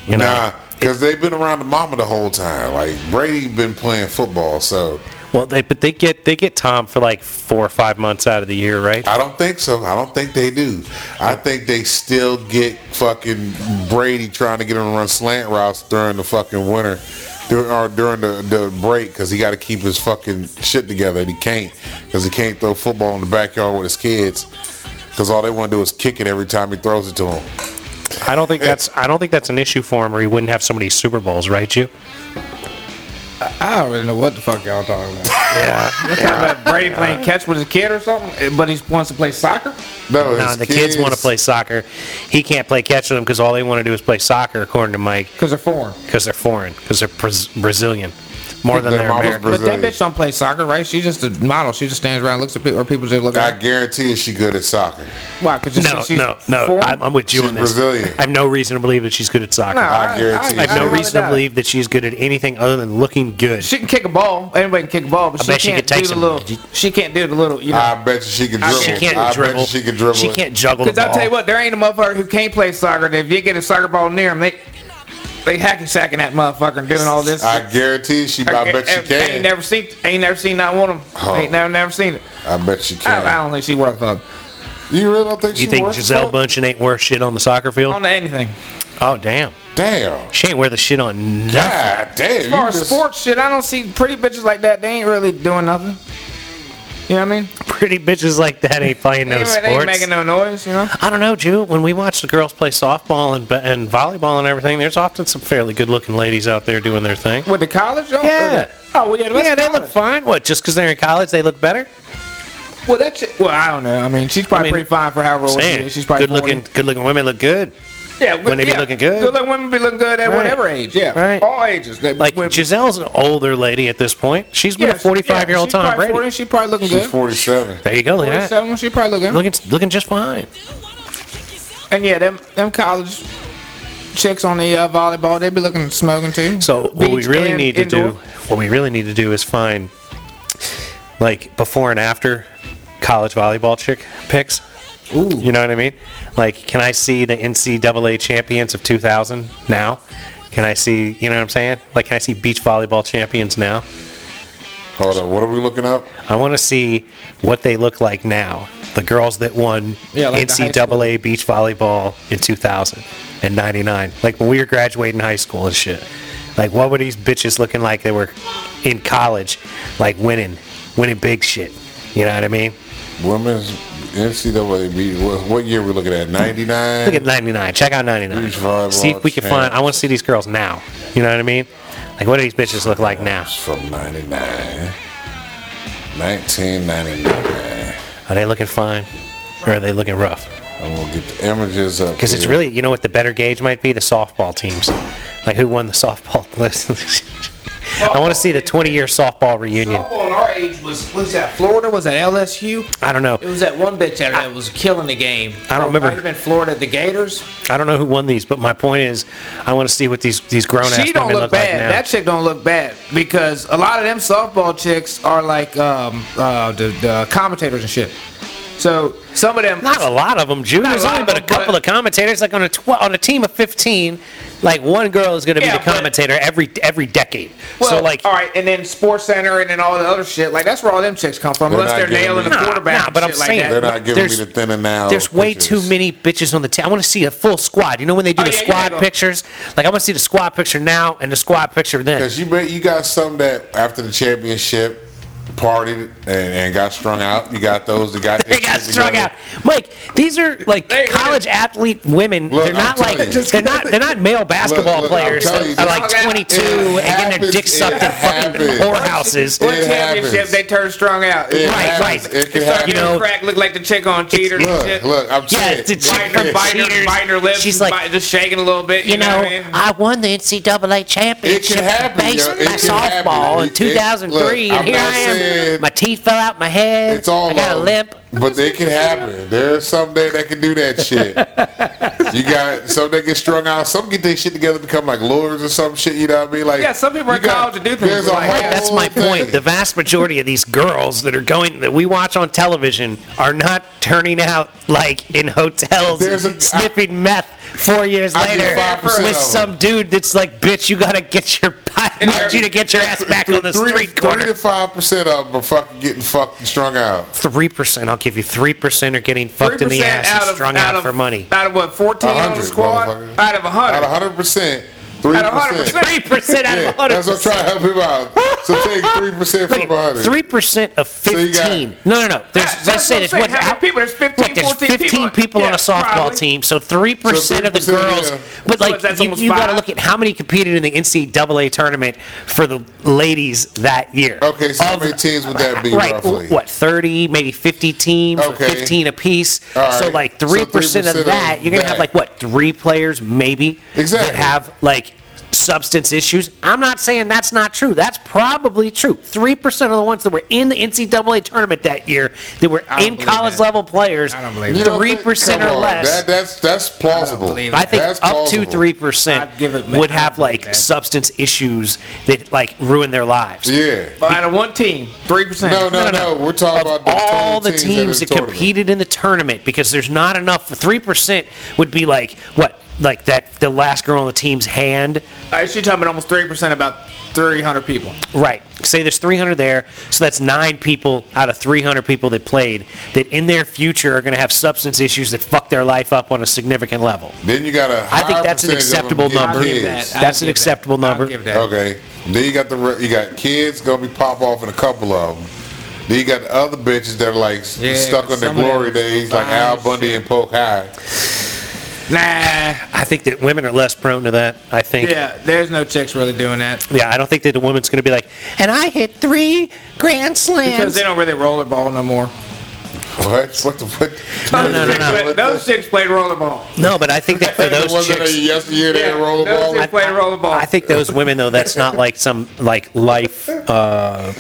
You know. Nah, because they've been around the mama the whole time. Like Brady been playing football, so Well, they but they get they get Tom for like four or five months out of the year, right? I don't think so. I don't think they do. I think they still get fucking Brady trying to get him to run slant routes during the fucking winter, during or during the, the break because he got to keep his fucking shit together and he can't because he can't throw football in the backyard with his kids because all they want to do is kick it every time he throws it to them. I don't think that's I don't think that's an issue for him, or he wouldn't have so many Super Bowls, right? You? I don't really know what the fuck y'all talking about. Yeah. About Brady playing catch with his kid or something, Eh, but he wants to play soccer. No, No, his the kids, want to play soccer. He can't play catch with them because all they want to do is play soccer, according to Mike, Because they're foreign. because they're foreign, because they're Braz- Brazilian, more than Their they're mama's American. But that Brazilian. bitch don't play soccer, right? She's just a model. She just stands around, looks at people, or people just look I at her. guarantee you she good at soccer. Why? Because No, she's no, no. foreign? I'm, I'm with you She's on this. Brazilian. I have no reason to believe that she's good at soccer. No, I guarantee I have no I reason to believe that she's good at anything other than looking good. She can kick a ball. Anybody can kick a ball, but I she bet she can't could take do the some- Ah, little. She can't do the little. You know. I bet you she can I- dribble. She can't I dribble. Bet you she can dribble. She it. can't juggle the Because ball. I'll tell you what, there ain't a motherfucker who can't play soccer. That if you get a soccer ball near him, they they hacky sacking that motherfucker and doing all this. I guarantee she. I bet she Ain't- Ain't can. never seen. Ain't never seen not one of them. Oh. Ain't never never seen it. I bet she I, I can. don't think she worth up You really don't think she Oh, You think works Giselle out? Bundchen ain't worth shit on the soccer on field? to anything. Oh damn, Damn. she ain't worth the shit on nothing. God damn. As far you as just- sports shit, I don't see pretty bitches like that. They ain't really doing nothing. You know what I mean? Pretty bitches like that ain't playing no they, ain't- they ain't sports. making no noise. You know? I don't know, Jew. When we watch the girls play softball and ba- and volleyball and everything, there's often some fairly good-looking ladies out there doing their thing. With the college, though? Yeah. Oh, well, yeah. that's Yeah, they college. look fine. What? Just because they're in college, they look better? Well, that's it. Well, I don't know. I mean, she's probably I mean, pretty fine for however old she Man, is. She's probably good-looking, 40. good-looking women look good. Yeah, when they be looking good. Good looking women be looking good at Right. whatever age. Yeah, Right. all ages. They- Like women- Giselle's an older lady at this point. She's been yeah, a 45-year-old she's Tom probably Brady. 40, she's probably looking She's good. 47. There you go, look at that. 47, she's probably looking. Looking, looking just fine. And yeah, them them college chicks on the uh, volleyball, they be looking smoking too. So what we Beach really and need to do, indoor. what we really need to do is find like before and after college volleyball chick picks. Ooh. You know what I mean? Like, can I see the NCAA champions of 2000 now? Can I see, you know what I'm saying? Like, can I see beach volleyball champions now? Hold on. What are we looking up? I want to see what they look like now. The girls that won Yeah, like the high NCAA beach volleyball in 2000 and 99. Like when we were graduating high school and shit. Like what were these bitches looking like they were in college, like winning, winning big shit. You know what I mean? Women's NCAA beat. What, what year we looking at? 99. Look at 99. Check out 99. Beach volleyball See if we can champ. find, I want to see these girls now. You know what I mean? Like what do these bitches look like now? From 99. 1999. Are they looking fine or are they looking rough? I'm gonna get the images up. Because it's here. really, you know what the better gauge might be? The softball teams. Like who won the softball list? I want to see the 20 year softball reunion. on our age was was that Florida? Was that LSU? I don't know. It was that one bitch out there that was killing the game. I don't remember. Might have been Florida the Gators. I don't know who won these, but my point is, I want to see what these, these grown ass she women don't look, look like bad. now. that chick don't look bad because a lot of them softball chicks are like um, uh, the, the commentators and shit. So some of them, Not a lot of them, Jew. Not a There's lot only of but a them, but- couple of commentators. Like on a tw- on a team of 15, like one girl is going to be Yeah, the but- commentator every every decade. well, so like, all right, and then Sports Center and then all the other shit. Like that's where all them chicks come from, They're unless not they're giving nailing me- the Nah, quarterback. nah, and but I'm shit like saying- that. They're not giving me There's- the thin and now. There's way too Oh, pictures. many bitches on the team. I want to see a full squad. You know when they do Oh, the yeah, yeah, squad yeah. pictures? Like I want to see the squad picture now and the squad picture then. Because you bet you got some that after the championship partied and, and got strung out. You got those that got They their got shit strung out. together. Mike, these are like They- college athlete women. Look, they're I'm not like telling you. they're not they're not male basketball look, I'm players telling you, that are like this- It 22 and getting their happens, dick it sucked in fucking happens. whorehouses. What It championship happens. they turn strung out? It Right, happens. right. It can It's like, happen. you know, crack look like the chick on cheaters. and look, shit. look, I'm Yeah, saying. it's a chick biting her, from biting her, Cheaters. biting her lips. She's like, bite- just shaking a little bit. You, you know, what I mean? I won the NCAA It championship can in happen, base, yo. It can softball happen. in It- it- 2003, look, I'm and here not I am. saying- My teeth fell out my head. It's all I got a love. limp. But they can happen. There's some day that can do that shit. you got some that get strung out. Some get their shit together, become like lawyers or some shit. You know what I mean? Like Yeah, some people you are in college to do things. There's a Like, whole That's my thing. point. The vast majority of these girls that are going that we watch on television are not turning out like in hotels There's a- sniffing meth four years I do later 5% with of some dude that's like, bitch, you gotta get your I need you to get your ass back on the Three- street Three corner. to five percent of them are fucking getting fucking strung out. Three percent, I'll give you three percent are getting fucked in the 3% ass and strung out, of, for money. Out of what, 14 on the 100, squad? motherfucker. Out of 100. Out of hundred percent, three Out of 100%. percent. Three percent out Yeah, of hundred. that's what I'm trying to help him out. So take three percent from hundred. Three percent of you got- fifteen. no, no, no. There's, Yeah, let's that's say what there's I'm what saying. How many people? There's 15, look, there's 14 fifteen people, people. on a Yeah, softball probably. team. So three percent of the 3%, girls. yeah. But So like, that's you, almost you got to five. look at how many competed in the NCAA tournament for the ladies that year. Okay, so how Of- many teams would that be Right, roughly? what thirty, maybe fifty teams, Okay. fifteen apiece. All So right. like So three percent 3% of of that, you're gonna have that. like what three players maybe Exactly. that have like substance issues. I'm not saying that's not true. That's probably true. Three percent of the ones that were in the NCAA tournament that year that were don't in believe college that. level players, I don't believe You don't three think- percent come or on, less. That, that's that's plausible. believe it. I think That's up to plausible. three percent I'd give it- would I'd have believe like that. substance issues that like ruin their lives. Yeah. But out of one team, 3%. No, no, no. We're talking of about the all the total teams, teams that, that competed in the tournament because there's not enough. Three percent would be like what, like that the last girl on the team's hand, Uh, She's talking about almost 3% about 300 people. right? Say there's 300 there, so that's nine people out of 300 people that played that in their future are going to have substance issues that fuck their life up on a significant level. Then you got a I higher think that's an percentage of them acceptable getting number. I'll give kids. that. I'll That's an give acceptable that. I'll number. give that. Okay. Then you got the re- you got kids gonna be pop off in a couple of them. Then you got the other bitches that are like s- Yeah, stuck on their some of them glory days, like fine Al as Bundy shit. and Polk High. Nah. I think that women are less prone to that. I think. Yeah, there's no chicks really doing that. Yeah, I don't think that a woman's going to be like, and I hit three grand Because slams. they don't really rollerball no more. What? What the what? No, no, no, no. Those chicks played rollerball. No, but I think that for The those ones that chicks, are yesteryear they Yeah, roll the those ball. are- play rollerball. I think those women though, that's not like some like life. Uh,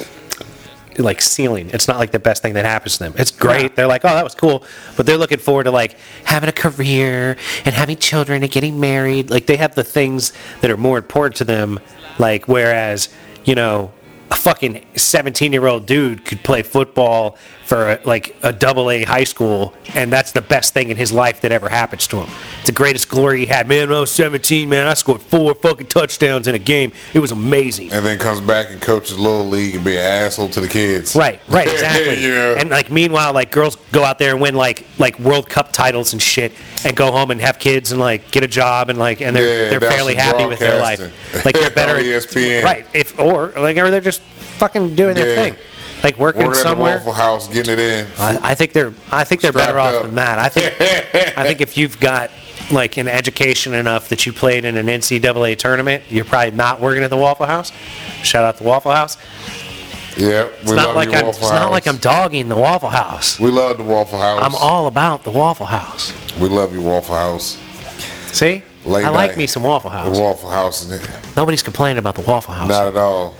like ceiling. It's not like the best thing that happens to them. It's great. They're like, oh, that was cool. But they're looking forward to like having a career and having children and getting married. Like they have the things that are more important to them. Like whereas, you know, a fucking 17 year old dude could play football for like a double A high school, and that's the best thing in his life that ever happens to him. It's the greatest glory he had. Man, when I was 17, man, I scored four fucking touchdowns in a game. It was amazing. And then comes back and coaches little league and be an asshole to the kids. Right, right, exactly. yeah. And like meanwhile, like girls go out there and win like like World Cup titles and shit, and go home and have kids and like get a job and like and they're Yeah, they're that's fairly the happy with their life. broadcasting. Like they're On E better, ESPN. right? If or like or they're just fucking doing their Yeah. thing, like working Working at the somewhere. Waffle House, getting it in. I, I think they're I think they're better Strapped off up. than that. I think I think if you've got like an education enough that you played in an NCAA tournament, you're probably not working at the Waffle House. Shout out the Waffle House. Yeah, we It's not love like your I'm, Waffle it's House. not like I'm dogging the Waffle House. We love the Waffle House. I'm all about the Waffle House. We love your Waffle House. See? Late I like night. me some Waffle The House. Waffle House is it. Nobody's complaining about the Waffle House. Not at all.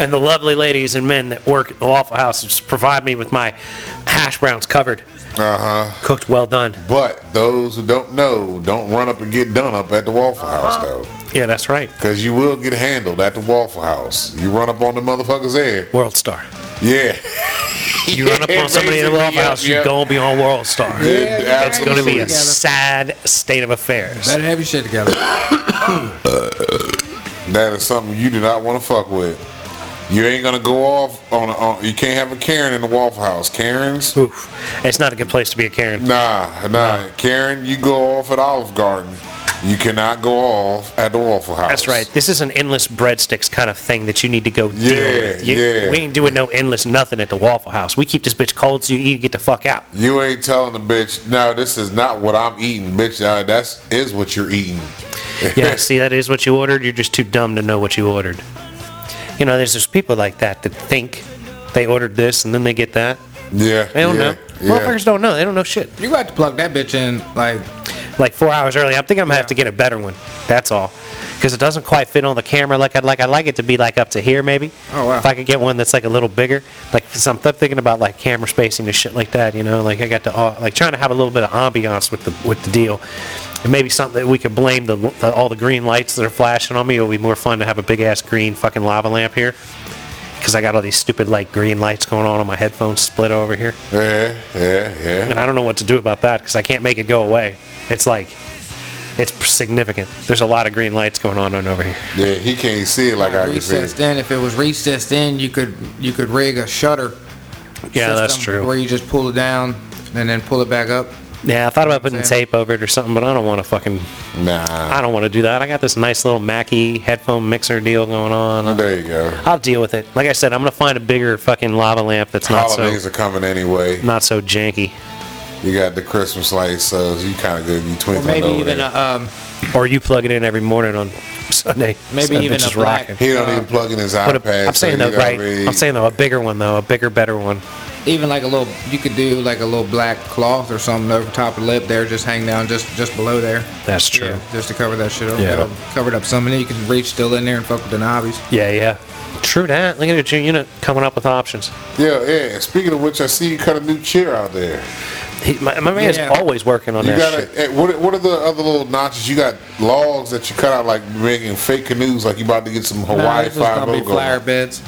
And the lovely ladies and men that work at the Waffle House just provide me with my hash browns covered, Uh huh. cooked well done. But those who don't know, don't run up and get done up at the Waffle Uh-huh. House though, Yeah, that's right. because you will get handled at the Waffle House. You run up on the motherfuckers there. World Star. Yeah. You run up on somebody in the Waffle House, you're going to be on World Star. Yeah, It's going to be a absolutely. sad state of affairs. have your shit together. That is something you do not want to fuck with. You ain't gonna go off on. A, on you can't have a Karen in the Waffle House. Karens. Oof. It's not a good place to be a Karen. Nah, nah. Karen, you go off at Olive Garden. You cannot go off at the Waffle House. That's right. This is an endless breadsticks kind of thing that you need to go deal Yeah, with. You- yeah. We ain't doing no endless nothing at the Waffle House. We keep this bitch cold so you eat and get the fuck out. You ain't telling the bitch, no, this is not what I'm eating, bitch. Uh, that's is what you're eating. Yeah, see, that is what you ordered. You're just too dumb to know what you ordered. You know, there's just people like that that think they ordered this and then they get that. Yeah. They don't yeah, know. Yeah. Motherfuckers don't know. They don't know shit. You got to plug that bitch in, like Like four hours early. I think I'm gonna have to get a better one. That's all, because it doesn't quite fit on the camera like I'd like. I'd like it to be like up to here maybe. Oh, wow. If I could get one that's like a little bigger, like 'cause I'm th- thinking about like camera spacing and shit like that. You know, like I got to au- like trying to have a little bit of ambiance with the with the deal. And maybe something that we could blame the, the all the green lights that are flashing on me. It would be more fun to have a big ass green fucking lava lamp here, because I got all these stupid like green lights going on on my headphones split over here. Yeah, yeah, yeah. And I don't know what to do about that because I can't make it go away. It's like, it's significant. There's a lot of green lights going on, on over here. Yeah, he can't see it like I can see recessed it. in. If it was recessed in, you could you could rig a shutter. Yeah, that's system true. Where you just pull it down and then pull it back up. Yeah, I thought about putting Yeah. tape over it or something, but I don't want to fucking, Nah. I don't want to do that. I got this nice little Mackie headphone mixer deal going on. There you go. I'll deal with it. Like I said, I'm gonna find a bigger fucking lava lamp that's not so Holidays are coming anyway. not so janky, You got the Christmas lights, so you kind of good. You Or twinkling maybe over even uh, there. a, um, or you plug it in every morning on Sunday. Maybe That even bitch a is black- rocking. he don't even plug in his But iPad. a, I'm so saying you though, know what I right? mean? I'm saying though, a bigger one though, a bigger, better one. even like a little. You could do like a little black cloth or something over top of the lip there, just hang down just just below there. That's true. Yeah, just to cover that shit up. Yeah. Yeah. Cover it up some, and then you can reach still in there and fuck with the knobbies. Yeah, yeah. True that. Look at your unit coming up with options. Yeah, yeah. Speaking of which, I see you cut a new chair out there. He, my, my man's Yeah. always working on You that got shit. to what? What are the other little notches? You got logs that you cut out like making fake canoes, like you about to get some Nah, Hawaii it's just Five gonna be flower beds.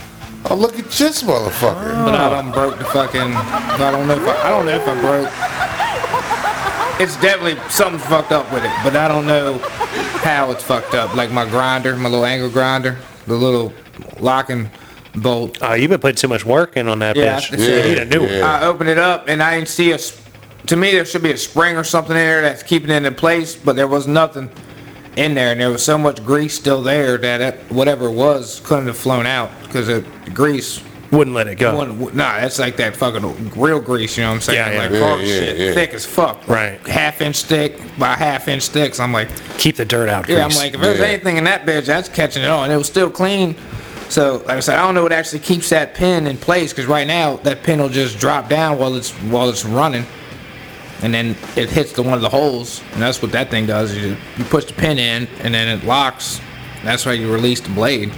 Oh, look at this motherfucker! But I don't broke the fucking. I don't know if I, I don't know if I broke. It's definitely something's fucked up with it, but I don't know how it's fucked up. Like my grinder, my little angle grinder, the little locking bolt. Oh, you've been putting too much work in on that Yeah, bitch. I- you need a new yeah. one. I opened it up and I didn't see a. s- To me, there should be a spring or something there that's keeping it in place, but there was nothing in there, and there was so much grease still there that it, whatever it was couldn't have flown out because the grease Wouldn't let it Oh. go. One, nah, that's like that fucking real grease, you know what I'm saying? Yeah, yeah. Like Yeah, hard yeah, shit, yeah. thick as fuck. Right. Half inch thick by half inch thick. So I'm like, Keep the dirt out. yeah, I'm Grease. like, if there's Yeah. anything in that bitch, that's catching it on. It was still clean. So, like I said, I don't know what actually keeps that pin in place because right now that pin will just drop down while it's while it's running, and then it hits the one of the holes, and that's what that thing does. You, you push the pin in, and then it locks. That's why you release the blade.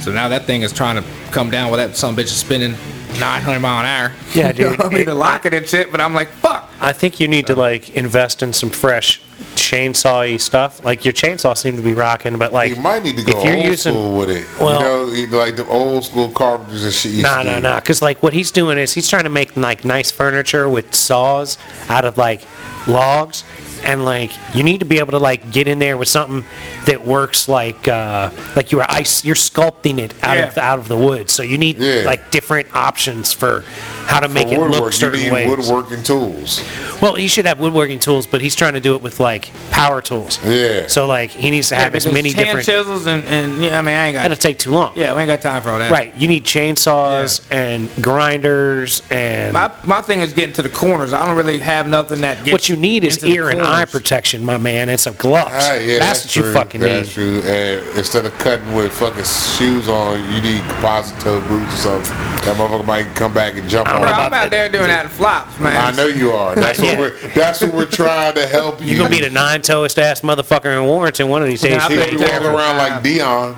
So now that thing is trying to come down while that some bitch is spinning 900 mile an hour. Yeah, You know dude. what I mean, to lock it and shit, but I'm like, fuck. I think you uh, need to like invest in some fresh chainsaw-y stuff. Like your chainsaw seemed to be rocking, but like You might need to go if you're old using, school with it. well- you know, like the old school carpenters and shit. used No, to no, do. no. Because like what he's doing is he's trying to make like nice furniture with saws out of like logs, and like you need to be able to like get in there with something that works like uh, like you are ice. You're sculpting it out of Yeah. out of the wood, so you need Yeah. like different options for how to make For it look woodwork, you certain need ways. woodworking tools. Well, he should have woodworking tools, but he's trying to do it with like power tools. Yeah. So like he needs to have as Because many hand different. chisels and, and yeah, I mean, I ain't That'll got. take too long. Yeah, we ain't got time for all that. Right. You need chainsaws and grinders and. My, my thing is getting to the corners. I don't really have nothing that gets What you need is into the ear and eye corners. protection, my man, and some gloves. Ah, yeah, that's, what you true. fucking that's need. True. And instead of cutting with fucking shoes on, you need composite toe boots or something. That motherfucker might come back and jump on. Bro, What it. about I'm out that? there doing that in flops, man. I know you are. That's Yeah. what we're. That's what we're trying to help you. You're gonna be the nine toest ass motherfucker in Warrington one of these days. Nah, He I gonna be bet walking around like Dion.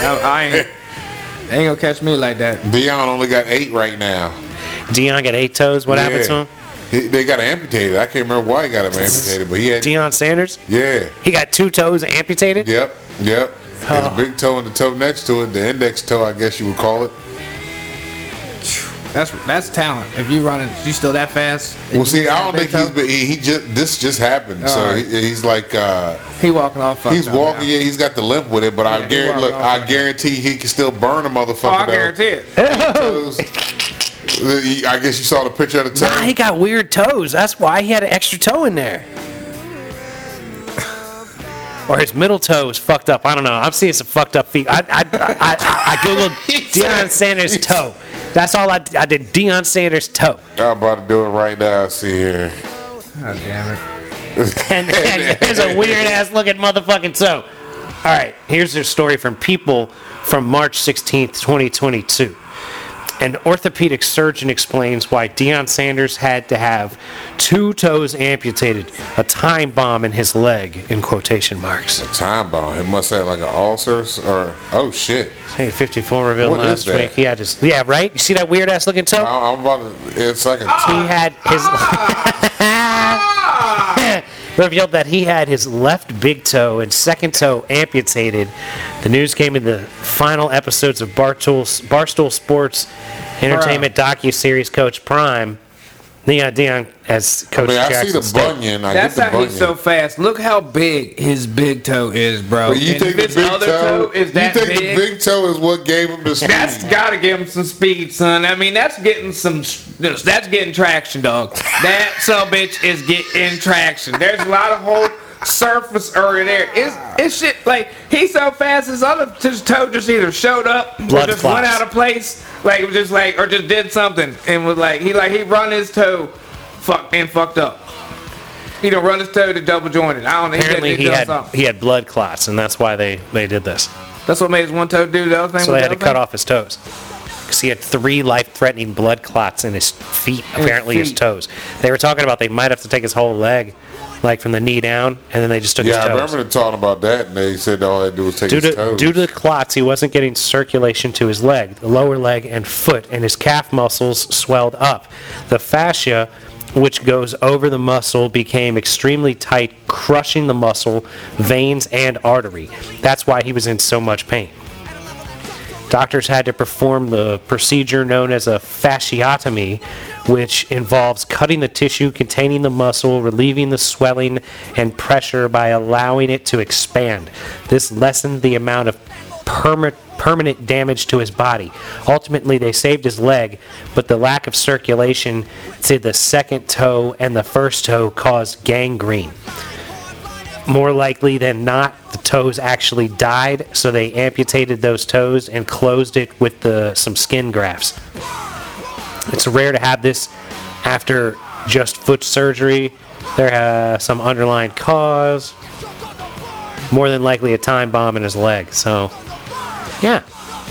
I, I ain't, they ain't gonna catch me like that. Dion only got eight right now. Dion got eight toes. What happened to him? He, they got him amputated. I can't remember why he got him amputated, but he had. Dion Sanders. Yeah. He got two toes amputated. Yep. Yep. Oh. His big toe and the toe next to it, the index toe, I guess you would call it. That's that's talent. If you running, you still that fast? Well, see, I don't think he's big. been. He, he just this just happened, so Alright. he, he's like uh, He walking off. fucked he's up now. walking. Yeah, he's got the limp with it, but I Yeah, he guarantee. walking Look, off I right guarantee he can still burn a motherfucker. Oh, I though. guarantee it. Toes- the- I guess you saw the picture of the toe. Nah, he got weird toes. That's why he had an extra toe in there. or his middle toe is fucked up. I don't know. I'm seeing some fucked up feet. I, I, I, I, I googled Deion Sanders toe. That's all I did. I did Deion Sanders toe. I'm about to do it right now. See here. Oh, damn it. and, and there's a weird ass looking motherfucking toe. All right, here's their story from People from March 16th, 2022. An orthopedic surgeon explains why Deion Sanders had to have two toes amputated, a time bomb in his leg, in quotation marks. Time bomb. It must have like an ulcer or oh shit. Hey, 54 revealed What is last that? week. He had his, yeah, right? You see that weird ass looking toe? I, I'm about to. It's like a. Ah! he had his Ah! revealed that he had his left big toe and second toe amputated. The news came in the final episodes of Bartool, Barstool Sports Entertainment docu series Coach Prime. Neon Dion as Coach I mean, I Jackson. see the State. bunion. I That's get the how bunion. he's so fast. Look how big his big toe is, bro. But you And think the if his big other toe? is you that think big? the big toe is what gave him the speed? That's gotta give him some speed, son. I mean, that's getting some. That's getting traction, dog. That sub bitch is getting traction. There's a lot of whole surface area there. It's it's shit like he's so fast. His other his toe just either showed up Blood or just clots. went out of place, like it was just like or just did something and was like he like he run his toe, fuck and fucked up. He done run his toe to double jointed. I don't know. Apparently, he done had something. he had blood clots, and that's why they they did this. That's what made his one toe do the other thing. So they was had the to other cut thing. off his toes. Because he had three life threatening blood clots in his feet, apparently his feet. toes. They were talking about they might have to take his whole leg, like from the knee down, and then they just took Yeah, I his remember toes. them talking about that, and they said all they do is take Due his to, toes. due to the clots, he wasn't getting circulation to his leg, the lower leg and foot, and his calf muscles swelled up. The fascia, which goes over the muscle, became extremely tight, crushing the muscle, veins, and artery. That's why he was in so much pain. Doctors had to perform the procedure known as a fasciotomy, which involves cutting the tissue containing the muscle, relieving the swelling and pressure by allowing it to expand. This lessened the amount of perma- permanent damage to his body. Ultimately, they saved his leg, but the lack of circulation to the second toe and the first toe caused gangrene. More likely than not, the toes actually died, so they amputated those toes and closed it with the, some skin grafts. It's rare to have this after just foot surgery. There uh, some underlying cause. More than likely a time bomb in his leg. So, yeah.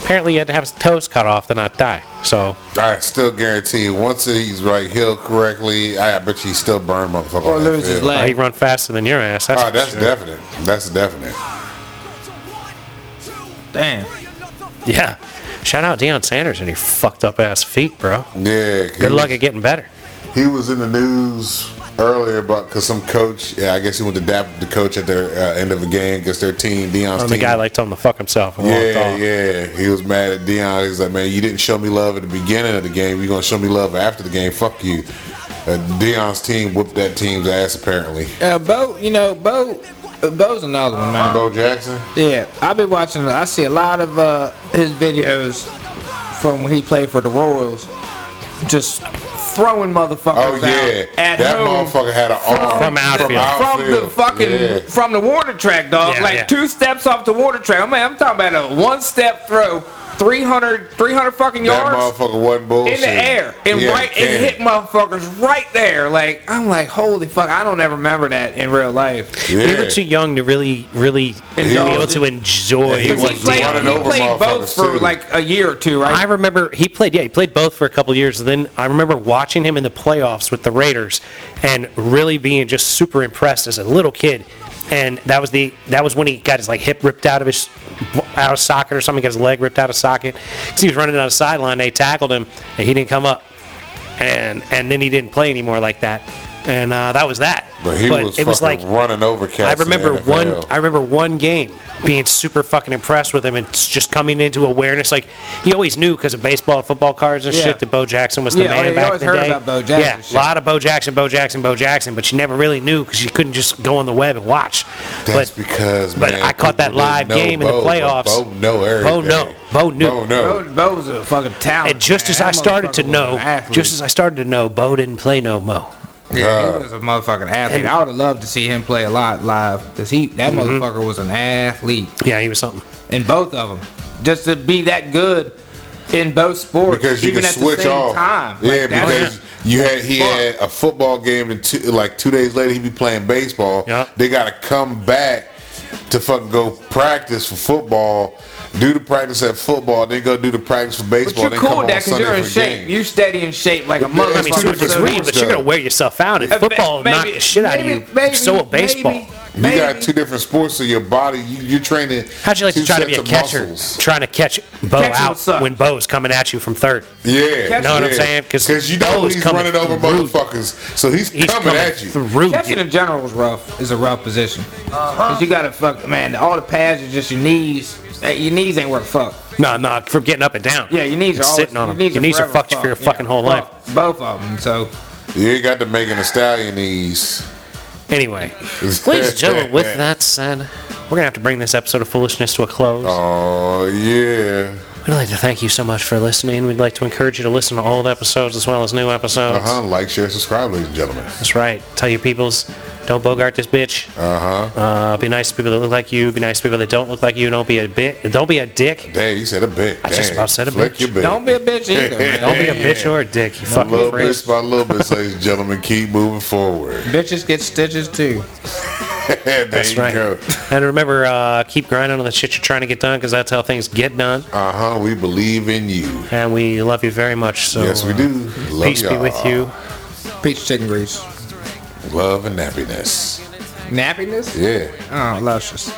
Apparently, he had to have his toes cut off to not die. So, I still guarantee you, once he's right healed correctly, I, I bet you he still burn motherfucker. Or on that lose his field. leg. uh, he run faster than your ass. That's, Oh, for that's sure. definite. That's definite. Damn. Yeah. Shout out Deion Sanders and your fucked up ass feet, bro. Yeah. Good 'cause he luck was- at getting better. He was in the news earlier about because some coach, yeah, I guess he went to dap the coach at the uh, end of a game because their team, Dion's Or team. the guy like told him to fuck himself and walked yeah, off. yeah. He was mad at Dion. He's like, man, you didn't show me love at the beginning of the game. You're going to show me love after the game. Fuck you. Uh, Dion's team whooped that team's ass, apparently. Uh, Bo, you know, Bo, uh, Bo's another one, man. Bo Jackson? Yeah, I've been watching. I see a lot of uh, his videos from when he played for the Royals, just throwing motherfuckers Oh, out yeah. at that home. motherfucker had an arm. From outfield. From the outfield. fucking Yeah. from the water track, dog. Yeah, like yeah. two steps off the water track. I mean, I'm talking about a one step throw, 300, 300 fucking That yards motherfucker wasn't bullshit. in the air and Yeah, right yeah. and hit motherfuckers right there. Like I'm like, holy fuck, I don't ever remember that in real life. We were Yeah. too young to really, really be Indulge able it. to enjoy. He what was he played, running he over played both motherfuckers, for too. like a year or two, I right? remember he played. Yeah, he played both for a couple years. And then I remember watching him in the playoffs with the Raiders, and really being just super impressed as a little kid. And that was the that was when he got his like hip ripped out of his out of socket or something. Got his leg ripped out of socket. 'Cause he was running down the sideline. They tackled him, and he didn't come up. And and then he didn't play anymore like that. And uh, that was that. But he was it was like fucking running over cats. I in the remember one. NFL. I remember one game being super fucking impressed with him and s- just coming into awareness. Like he always knew because of baseball and football cards and Yeah. shit that Bo Jackson was the Yeah, oh, man yeah, you back always in the heard day. about Bo Jackson yeah, and a shit. lot of Bo Jackson, Bo Jackson, Bo Jackson, but you never really knew because you couldn't just go on the web and watch. That's but because but man, I caught that people didn't live know game in the Bo, but playoffs. Bo know everything. Bo know. Bo knew. Bo know. Bo, Bo's a fucking talent. and just man. as I That started to motherfucker was know, an athlete. just as I started to know, Bo didn't play no mo. Yeah, he God. was a motherfucking athlete. I would have loved to see him play a lot live because he Mm-hmm. that motherfucker was an athlete Yeah, he was something. in both of them. Just to be that good in both sports, because you even can at switch the same off. time. Yeah, Like, that- because you had he Fuck. had a football game and two, like two days later he'd be playing baseball. Yeah. They got to come back to fucking go practice for football, do the practice at football, then go do the practice for but baseball. you're then cool come with on that because Sunday you're in for a shape. game. You steady in shape like a Yeah, motherfucker. I I mean, two different So- sports, but you're gonna wear yourself out in football, Maybe- knock the shit out of you. maybe- maybe- so will baseball. maybe- You maybe- got two different sports, so your body you, you're training. How'd you like to two try to be a sets of catcher, muscles. trying to catch Bo Catcher would out suck. when Bo's coming at you from third? Yeah, Know what I'm saying? 'Cause because you Bo know is he's coming running over through. motherfuckers, so he's, He's coming, at you. through Catching you. in general is rough. Is a rough position. 'Cause you gotta fuck, man. All the pads are just your knees. Hey, Your knees ain't worth a fuck. No, no, from getting up and down. Yeah, your knees are It's always, sitting on them. Your knees are forever fucked you for your fucking whole life. fucked. Both of them. So You ain't got to make an stallion these. Anyway, ladies and gentlemen, with that said, we're gonna have to bring this episode of foolishness to a close. Oh yeah. We'd like to thank you so much for listening. We'd like to encourage you to listen to old episodes as well as new episodes. Uh huh. Like, share, subscribe, ladies and gentlemen. That's right. Tell your peoples, don't bogart this bitch. Uh huh. Uh, be nice to people that look like you. Be nice to people that don't look like you. Don't be a bit. Don't be a dick. Dang, you said a bit. I just about said a Flick bitch. Your bit. don't be a bitch either. man. Don't be a bitch or a dick. You fucking Little freaks. bits by little bits, ladies and gentlemen. Keep moving forward. Bitches get stitches too. there That's you right. go. And remember, uh, keep grinding on the shit you're trying to get done because that's how things get done. Uh huh. We believe in you. And we love you very much. So uh, Yes, we do. Love peace be y'all. with you. Peach chicken grease. Love and happiness. Nappiness? Yeah. Oh, luscious.